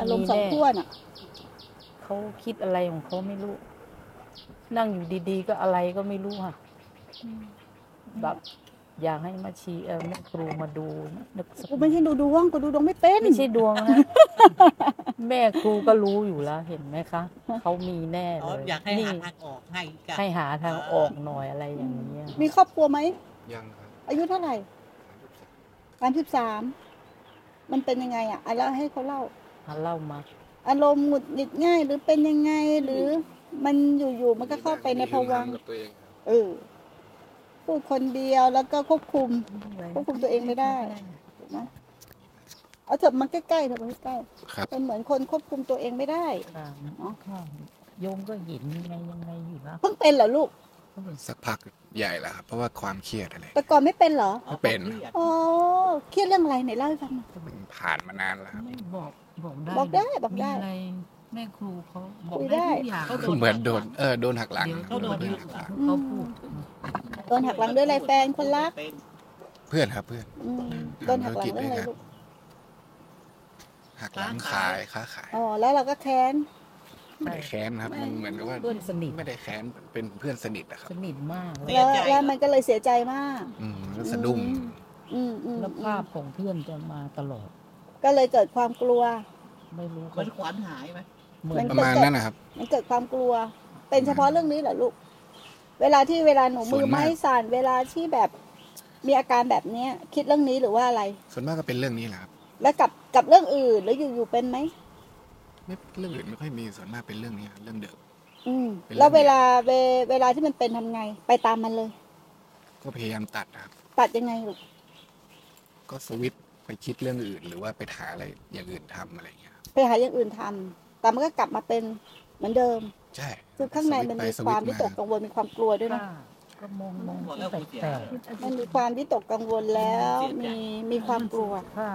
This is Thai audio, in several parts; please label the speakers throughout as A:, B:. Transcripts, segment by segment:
A: อารมณ์สองขั้วน่ะ
B: เขาคิดอะไรของเขาไม่รู้ นั่งอยู่ดีๆ ก็อะไรก็ไม่รู้ค่ะ แบบอยากให้มาชีเออแม่ครูมาดูนึกสัก
A: กูไม่ใช่ดูดวงกูดูดวงไม่เป็น
B: ไม่ใช่ดวง นะ แม่ครูก็รู้อยู่แล้ว เห็นไหมคะ เขามีแน่
C: อ๋
B: เล
C: อย อยากให้
B: นี่
C: หาทางออกให้กัน
B: ให้หาทางออกหน่อยอะไรอย่างเงี้ย
A: มีครอบครัวไหม
D: ยังครับ
A: อายุเท่าไหร่สามสิบสาม มันเป็นยังไงอ่ะอ่ะแล้วให้เขาเล่า
B: หาเล่ามา
A: อารมณ์หงุดหงิดง่าย หรือเป็นยังไง หรือมันอยู่ๆมันก็เข้าไปในภวังค์
D: กับตัวเองครับ
A: เออพูดคนเดียวแล้วก็ควบคุม ควบคุมตัวเองไม่ได้ ถูกไหมเอาเถอะมันใกล้ๆเถอะมันใกล้
D: ครับ
A: ๆเป็นเหมือนคนควบคุมตัวเองไม่ได้
B: อ่าค่ะโยมก็เห็นยังไงยังไงอยู่นะ
A: เพิ่งเป็นเหรอลูก
D: สักพักใหญ่แล้วครับ เพราะว่าความเครียดอะไร
A: แต่ก่อนไม่เป็นเหรอ
C: อ๋อ
D: เป็น
C: ขาครียด
A: อ๋อ เครียดเรื่องอะไรไหนเล่าให้ฟังหน่อย
D: มันผ่านมานานแล้วครับ
B: ไม่บอกบอกได้
A: บอกได้บอกได้
B: มีะรแม่ครูเขาบอก
A: คุยได้
B: ได้ทุกอย่าง
C: ขา
D: เหมือนโดนเออโดนหักหลัง
B: ดี๋ยว
D: ค
B: เขา
D: รับ
B: โดน
D: โดน
B: หั
D: หั
B: ก
D: ก
B: ห
D: ห
B: ลังเขาพูด
A: โดนหักห
D: ลัง
A: ลังด้วยอะไรแฟนคนรัก
C: เป็น
D: เพื่อนครับเพื่อน
A: อืมโดนหักหลังเรื่องอะไรลูก
D: หักหลังขายค้าขาย
A: อ๋อ แล้วเราก็แค้น
D: ไม่ได้แค้นครับมันเหมือนกับว่า
B: เพื่อนสนิท
D: ไม่ได้แค้นเป็นเพื่อนสนิทอะครับ
B: สนิทมากเลย
A: แล้วแล้วมันก็เลยเสียใจมาก
D: อืมแล้วสะดุ้ง
A: อืมอืม
B: แล้วภาพของเพื่อนจะมาตลอด
A: ก็เลยเกิดความกลัว
B: ไม่รู้
C: เหมื
B: เขา
C: อนขวานหายไหม
B: เหมือน
D: ประมาณนั้นนะครับ
A: มันเกิดความกลัว เป็นเฉพาะเรื่องนี้เหรอลูก เวลาที่เวลาหนูมือไม้สั่นเวลาที่แบบมีอาการแบบเนี้ย คิดเรื่องนี้หรือว่าอะไร
D: ส่วนมากก็เป็นเรื่องนี้แหละครับ
A: แล้วกับกับเรื่องอื่น แล้วอยู่อยู่เป็นไหม
D: ไม่เรื่องอื่นไม่ค่อยมีส่วนมากเป็นเรื่องนี้ครับเรื่องเดิม
A: อืม
D: เป็นเรื่อง
A: แล้วเวลาเวเวลาที่มันเป็นทำไง ไปตามมันเลย
D: ก็พยายามตัดนะครับ
A: ตัดยังไงลูก
D: ก็สวิตช์ไปคิดเรื่องอื่น หรือว่าไปหาอะไรอย่างอื่นทำอะไรอย่างเงี้ยครับ
A: ไปหาอย่างอื่นทำแต่มันก็กลับมาเป็นเหมือนเดิม
D: ใช่
A: คือข้างในมันมีความวิตกกังวลมีความกลัวด้วยนะ
B: ค่ะก็มองมองแปลกแปลก
A: มันมีความวิตกกังวลแล้ว มีมีความกลัว
B: ๆค่ะ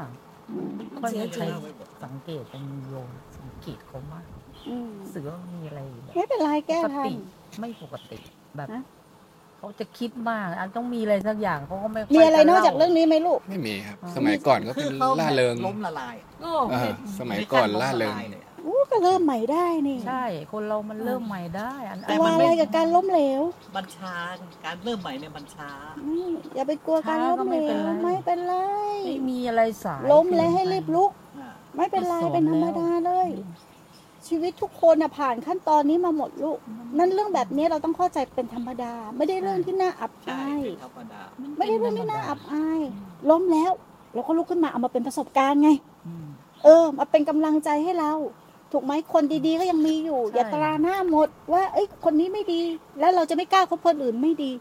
B: ค่อยมีใครสังเกตเป็นโยมสังเกตเขามาก
A: อืม
B: เสือมีอะไรแบบ
A: ไม่เป็นไร
B: ป
A: แก้
B: ก
A: ทัน
B: ติไม่ปกติแบบ
A: ฮะ
B: เขาจะคิดมากอันต้องมีอะไรสักอย่างเขาก็ไม่ค่ย
A: มีอะไรนอกจากเรื่อง
B: จะล่
A: นี้ไหมลูก
D: ไม่มีครับ
B: อ๋อ
D: สมัยก่อนก็เป็น
C: ข
D: ล่าเริง
C: ล้มละลาย
B: โอ้
D: เออสมัยก่อนล่าเริง
C: นี่ย
A: อู้ก็เริ่มใหม่ได้นี่
B: ใช่ คนเรามันเริ่มใหม่ได้ อัน
C: แต่
A: กลัว
C: มัน
A: อะไรกับการล้มเหลว
C: มันช้าการเริ่มใหม่เนี่ยมันช้า
A: อืมอย่าไปกลัวการล้มเหลวไม่เป็นไร
B: ไม่มีอะไรสาย
A: ล้มแล้วให้รีบลุก
C: อ่า
A: ไม่เป็นไรเป็นธรรมดาเลย ชีวิตทุกคนน่ะผ่านขั้นตอนนี้มาหมดลูก นั่นเรื่องแบบนี้เราต้องเข้าใจเป็นธรรมดา ไม่ได้เรื่องที่น่าอับ
C: ใช่
A: อาย
C: เป็นธรรมดา
A: ไม่ได้เรื่องที่น่าอับอายล้มแล้ว เราก็ลุกขึ้นมาเอามาเป็นประสบการณ์ไง
B: อืม
A: เออมาเป็นกำลังใจให้เรา ถูกไหมคนดีๆก็ยังมีอยู่
B: ใช่
A: อย่าตราหน้าหมด ว่าเอ้ยคนนี้ไม่ดี แล้วเราจะไม่กล้าคบคนอื่นไม่ดี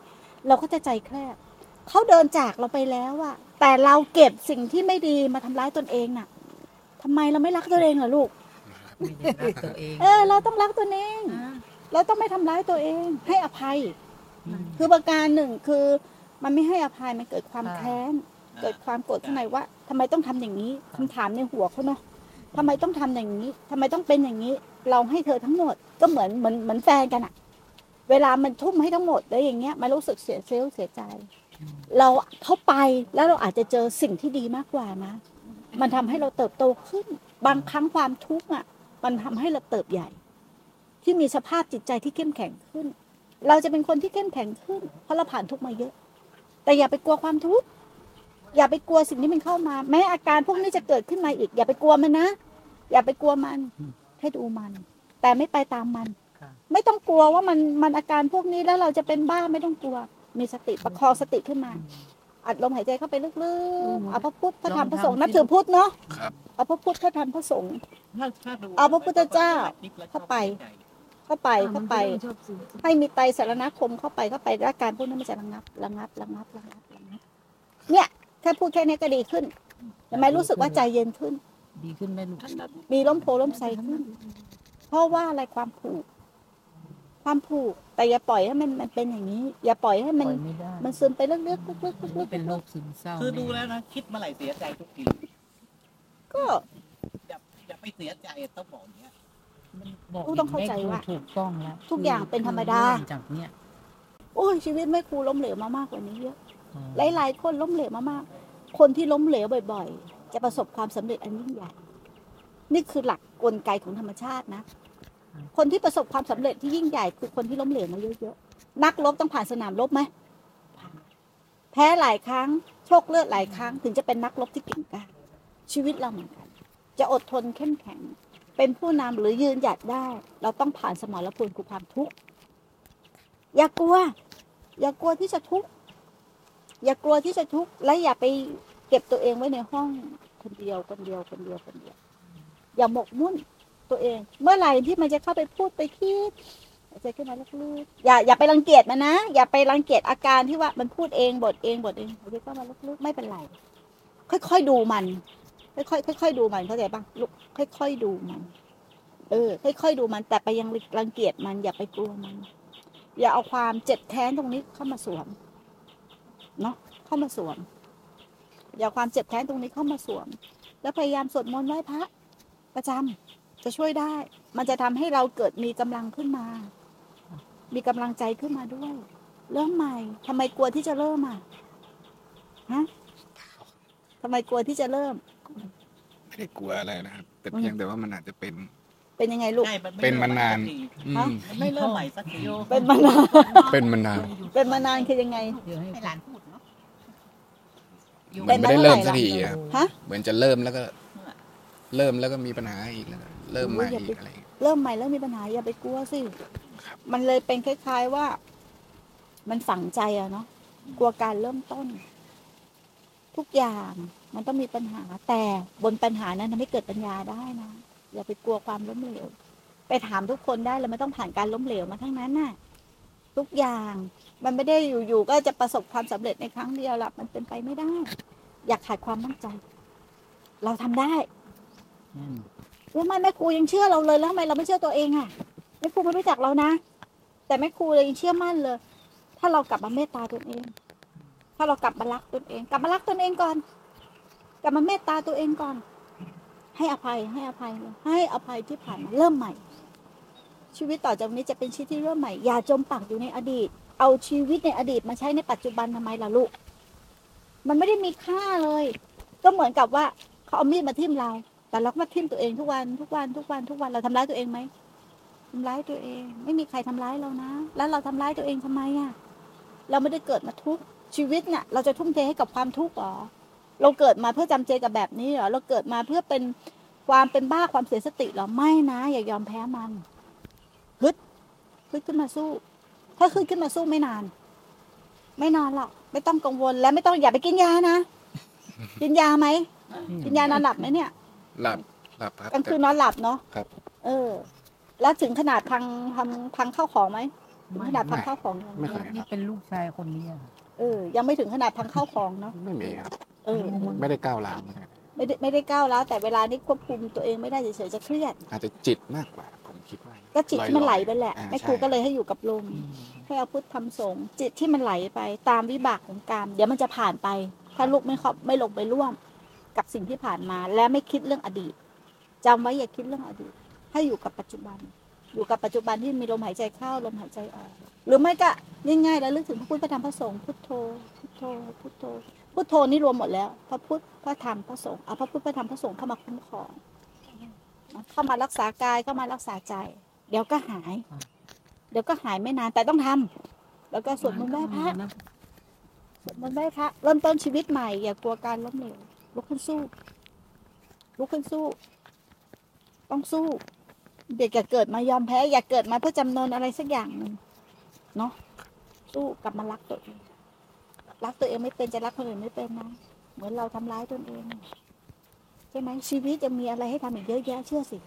A: เราก็จะใจแคบเขาเดินจากเราไปแล้วอะแต่เราเก็บสิ่งที่ไม่ดีมาทำร้ายตนเองน่ะทำไมเราไม่รักตัวเองเหรอลูก
B: ไม่ได้รักตัวเอง
A: เออ เราต้องรักตัวเอง เราต้องไม่ทำร้ายตัวเอง ให้อภัย
B: ม
A: คือประการหนึ่งคือมันไม่ให้อภัยมันเกิดความ
B: ใช่
A: แค้น เกิดความโกรธข้างในว่าทำไมต้องทำอย่างนี้คำถามในหัวเขาเนาะทำไมต้องทำอย่างนี้ทำไมต้องเป็นอย่างนี้ เราให้เธอทั้งหมดก็เหมือนเหมือนเหมือนแฟนกันอะเวลามันทุ่มให้ทั้งหมดแล้วอย่างเงี้ยมันรู้สึกเสียเซลล์เสียใจ เราเข้าไปแล้วเราอาจจะเจอสิ่งที่ดีมากกว่านะ มันทำให้เราเติบโตขึ้น บางครั้งความทุกข์อะมันทำให้เราเติบใหญ่ ที่มีสภาพจิตใจที่เข้มแข็งขึ้น เราจะเป็นคนที่เข้มแข็งขึ้น เพราะเราผ่านทุกข์มาเยอะ แต่อย่าไปกลัวความทุกข์ อย่าไปกลัวสิ่งที่มันเข้ามา แม้อาการพวกนี้จะเกิดขึ้นมาอีก อย่าไปกลัวมันนะ อย่าไปกลัวมัน
B: อืม
A: ให้ดูมัน แต่ไม่ไปตามมัน
B: ค่ะ
A: ไม่ต้องกลัวว่ามันมันอาการพวกนี้แล้วเราจะเป็นบ้าไม่ต้องกลัว มีสติประคองสติขึ้นมา อัดลมหายใจเข้าไปลึกๆเอาพระพุทธพระธรรมพระสงฆ์นับถือพุทธเนาะ
D: ครับ
A: เอาพระพุทธพระธรรมพระสงฆ์
C: ถ้ถ้ดู
A: เอาพระพุทธเจ้าเข้าไป
C: ใจ
A: เข้าไปเข้าไป ให้มีไตรสารณคมเข้าไปเข้าไปแล้วอาการพวกนั้นมันจะระงับระงับระงับระงับระงับเนี่ยแค่พูดแค่นี้ก็ดีขึ้นทำไหมรู้สึกว่าใจเย็นขึ้น
B: ดีขึ้นไหมลูก
A: มีล้มโพล้มไซขึ้น เพราะว่าอะไรความผูก ความผูก แต่อย่าปล่อยให้มันมันเป็นอย่างนี้ อย่าปล่อยให้มัน
B: ปล่อยไม่ได้
A: มันซึมไปเรื่อยๆเรื่อยๆเรื่อยๆ
B: เป็นโรคซึมเศร้า
C: คือดูแล้วนะคิดเมื่อไหร่เสียใจทุกที
A: ก็
C: อย่าอย่าไปเสียใจต้องบอกอย่างเนี้ย
B: บอกถูกต้องแล้ว
A: ทุกอย่างเป็นธรรมดา
B: จากเนี้ย
A: โอ้ยชีวิตแม่ครูล้มเหลวมามากกว่านี้เยอะ หลาย ๆ คนล้มเหลวมามาก คนที่ล้มเหลวบ่อย ๆ จะประสบความสำเร็จอันยิ่งใหญ่ นี่คือหลักกลไกของธรรมชาตินะ
B: อืม
A: คนที่ประสบความสำเร็จที่ยิ่งใหญ่คือคนที่ล้มเหลวมาเยอะๆนักรบต้องผ่านสนามรบไหมแพ้หลายครั้ง โชคเลือดหลายครั้ง ถึงจะเป็นนักรบที่เก่งกาจชีวิตเราเหมือนกัน จะอดทนเข้มแข็ง เป็นผู้นำหรือยืนหยัดได้ เราต้องผ่านสมรภูมิคือความทุกข์อย่ากลัว อย่ากลัวที่จะทุกข์อย่ากลัวที่จะทุกข์และอย่าไปเก็บตัวเองไว้ในห้องคนเดียวคนเดียวคนเดียวคนเดียว อย่าหมกมุ่นตัวเอง เมื่อไหร่ที่มันจะเข้าไปพูดไปคิดเอาใจขึ้นมาลูกๆอย่าอย่าไปรังเกียจมันนะอย่าไปรังเกียจอาการที่ว่ามันพูดเองบทเองบทเองเอาใจเข้ามาลูกๆไม่เป็นไร ค่อยๆดูมัน ค่อยๆค่อยๆดูมันเข้าใจปะลูกค่อย ๆ ดูมัน เออ ค่อยๆดูมัน แต่ไปยังรังเกียจมันอย่าไปกลัวมัน อย่าเอาความเจ็บแค้นตรงนี้เข้ามาสวมเนาะเข้ามาสวม อย่าเอาความเจ็บแค้นตรงนี้เข้ามาสวม แล้วพยายามสวดมนต์ไหว้พระ ประจำจะช่วยได้ มันจะทำให้เราเกิดมีกำลังขึ้นมา มีกำลังใจขึ้นมาด้วย เริ่มใหม่ทำไมกลัวที่จะเริ่มอ่ะฮะทำไมกลัวที่จะเริ่ม
D: ไม่ได้กลัวอะไรนะครับ แต่
A: อืม
D: เพียงแต่ว่ามันอาจจะเป็น
A: เป็นยังไงลูก
C: ใช่มันไ
D: เป็นมานาน อืม
A: ฮะ
C: มันไม่เริ่มใหม่สักที
A: เป็นมานาน
D: เป็นมานาน
A: เป็นมานานคือยังไง
B: เดี๋ยวให้
C: ให้หลานพูดเนาะอยู่
D: มันไม่ได้
A: เป็นมา
D: เริ่ม
A: เท่าไหร่
D: สักทีครับ
A: ฮะ
D: เหมือนจะเริ่มแล้วก็ เริ่มแล้วก็มีปัญหาอีกแล้วก็เริ่มใหม่อีกอะไรอย่างเงี้ย
A: เริ่มใหม่แล้วมีปัญหาอย่าไปกลัวสิ
D: ครับ
A: มันเลยเป็นคล้ายๆว่า มันฝังใจอะเนาะ กลัวการเริ่มต้น ทุกอย่างมันต้องมีปัญหา แต่บนปัญหานั้นทำให้เกิดปัญญาได้นะ อย่าไปกลัวความล้มเหลว ไปถามทุกคนได้เลยไม่ต้องผ่านการล้มเหลวมาทั้งนั้นน่ะ ทุกอย่างมันไม่ได้อยู่ๆก็จะประสบความสำเร็จในครั้งเดียวหรอกมันเป็นไปไม่ได้ อยากขาดความมั่นใจ เราทำได้
B: นั่น
A: แล้วทำไมแม่ครูยังเชื่อเราเลยแล้วทำไมเราไม่เชื่อตัวเองอะแม่ครูไม่รู้จักเรานะ แต่แม่ครูเลยยังเชื่อมั่นเลย ถ้าเรากลับมาเมตตาตนเอง ถ้าเรากลับมารักตนเอง กลับมารักตนเองก่อน กลับมาเมตตาตัวเองก่อน ให้อภัยให้อภัยเลยให้อภัยที่ผ่านมาเริ่มใหม่ ชีวิตต่อจากนี้จะเป็นชีวิตที่เริ่มใหม่ อย่าจมปักอยู่ในอดีต เอาชีวิตในอดีตมาใช้ในปัจจุบันทำไมล่ะลูก มันไม่ได้มีค่าเลย ก็เหมือนกับว่าเขาเอามีดมาทิ่มเรา แต่เราก็มาทิ่มตัวเองทุกวันทุกวันทุกวันทุกวันเราทำร้ายตัวเองไหมทำร้ายตัวเอง ไม่มีใครทำร้ายเรานะ แล้วเราทำร้ายตัวเองทำไมอะเราไม่ได้เกิดมาทุกข์ชีวิตเนี่ยเราจะทุ่มเทให้กับความทุกข์เหรอเราเกิดมาเพื่อจำเจกับแบบนี้เหรอเราเกิดมาเพื่อเป็นความเป็นบ้าความเสียสติเหรอไม่นะ อย่ายอมแพ้มันฮึดฮึดขึ้นมาสู้ ถ้าฮึดขึ้นมาสู้ไม่นาน ไม่นานหรอกไม่ต้องกังวลและไม่ต้องอย่าไปกินยานะกินยาไหมกินยานอนหลับไหมเนี่ย
D: หลับหลับครับ
A: กลางคืน
D: แต่
A: นอนหลับเนาะ
D: ครับ
A: เออ แล้วถึงขนาดพังพังพังข้าวของไหมถึง
B: ไม่
A: ขนาดพังข้าวของยัง
D: ไม่เคยค
B: นี่
D: รับ
B: เป็นลูกชายคนนี้อะ
A: เออ ยังไม่ถึงขนาดพังข้าวของเนาะ
D: ไม่มีครับ
A: เออ
D: ไม่ได้ก้าวร้าวนะครับ
A: ไม่ได้ไม่ได้ก้าวแล้ว แต่เวลานี้ควบคุมตัวเองไม่ได้เฉยๆจะเครียด
D: อาจจะจิตมากกว่า ผมคิดว่า
A: ก็จิตที่มันไหลไปแหละ
D: อ่า
A: แม่ครู
D: ใช่
A: ก็เลยให้อยู่กับลม ให้เอาพุทธทำสงฆ์จิตที่มันไหลไป ตามวิบากของกรรมเดี๋ยวมันจะผ่านไป ถ้าลูกไม่เข้าไม่ลงไปร่วม กับสิ่งที่ผ่านมา และไม่คิดเรื่องอดีตจำไว้อย่าคิดเรื่องอดีต ให้อยู่กับปัจจุบัน อยู่กับปัจจุบันที่มีลมหายใจเข้าลมหายใจออก หรือไม่ก็ง่ายๆแล้วลึกถึงพระพุทธพระธรรมพระสงฆ์พุทโธพุทโธพุทโธพุทโธนี่รวมหมดแล้วพระพุทธพระธรรมพระสงฆ์เอาพระพุทธพระธรรมพระสงฆ์เข้ามาคุ้มครองเข้ามารักษากายเข้ามารักษาใจ เดี๋ยวก็หาย เดี๋ยวก็หายไม่นานแต่ต้องทำแล้วก็สวดมนต์ไหว้พระ สวดมนต์ไหว้พระเริ่มต้นชีวิตใหม่อย่ากลัวการล้มเหลวลุกขึ้นสู้ ลุกขึ้นสู้ ต้องสู้เด็กอย่าเกิดมายอมแพ้ อย่าเกิดมาเพื่อจำนนอะไรสักอย่างหนึ่งเนาะสู้กลับมารักตัวเองรักตัวเองไม่เป็นจะรักคนอื่นไม่เป็นนะเหมือนเราทำร้ายตนเองใช่ไหมชีวิตยังมีอะไรให้ทำอีกเยอะแยะเชื่อสิ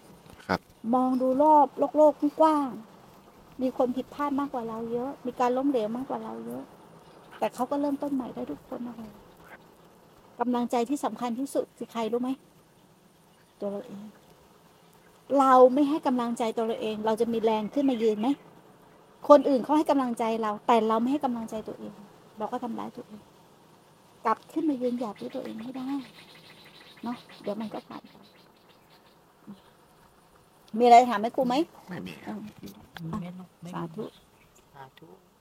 D: ครับ
A: มองดูรอบโลกโลกกว้างๆมีคนผิดพลาดมากกว่าเราเยอะ มีการล้มเหลวมากกว่าเราเยอะ แต่เขาก็เริ่มต้นใหม่ได้ทุกคนนะคะกำลังใจที่สำคัญที่สุดคือใครรู้ไหม ตัวเราเอง เราไม่ให้กำลังใจตัวเราเอง เราจะมีแรงขึ้นมายืนไหม คนอื่นเขาให้กำลังใจเรา แต่เราไม่ให้กำลังใจตัวเอง เราก็ทำร้ายตัวเอง กลับขึ้นมายืนหยัดด้วยตัวเองให้ได้ เนาะเดี๋ยวมันก็ผ่านไปมีอะไรถามไหมครูไหม
D: ไม่มีครับ
B: ไม่ไม่
C: ไม่
B: สา
C: มี
B: ธุ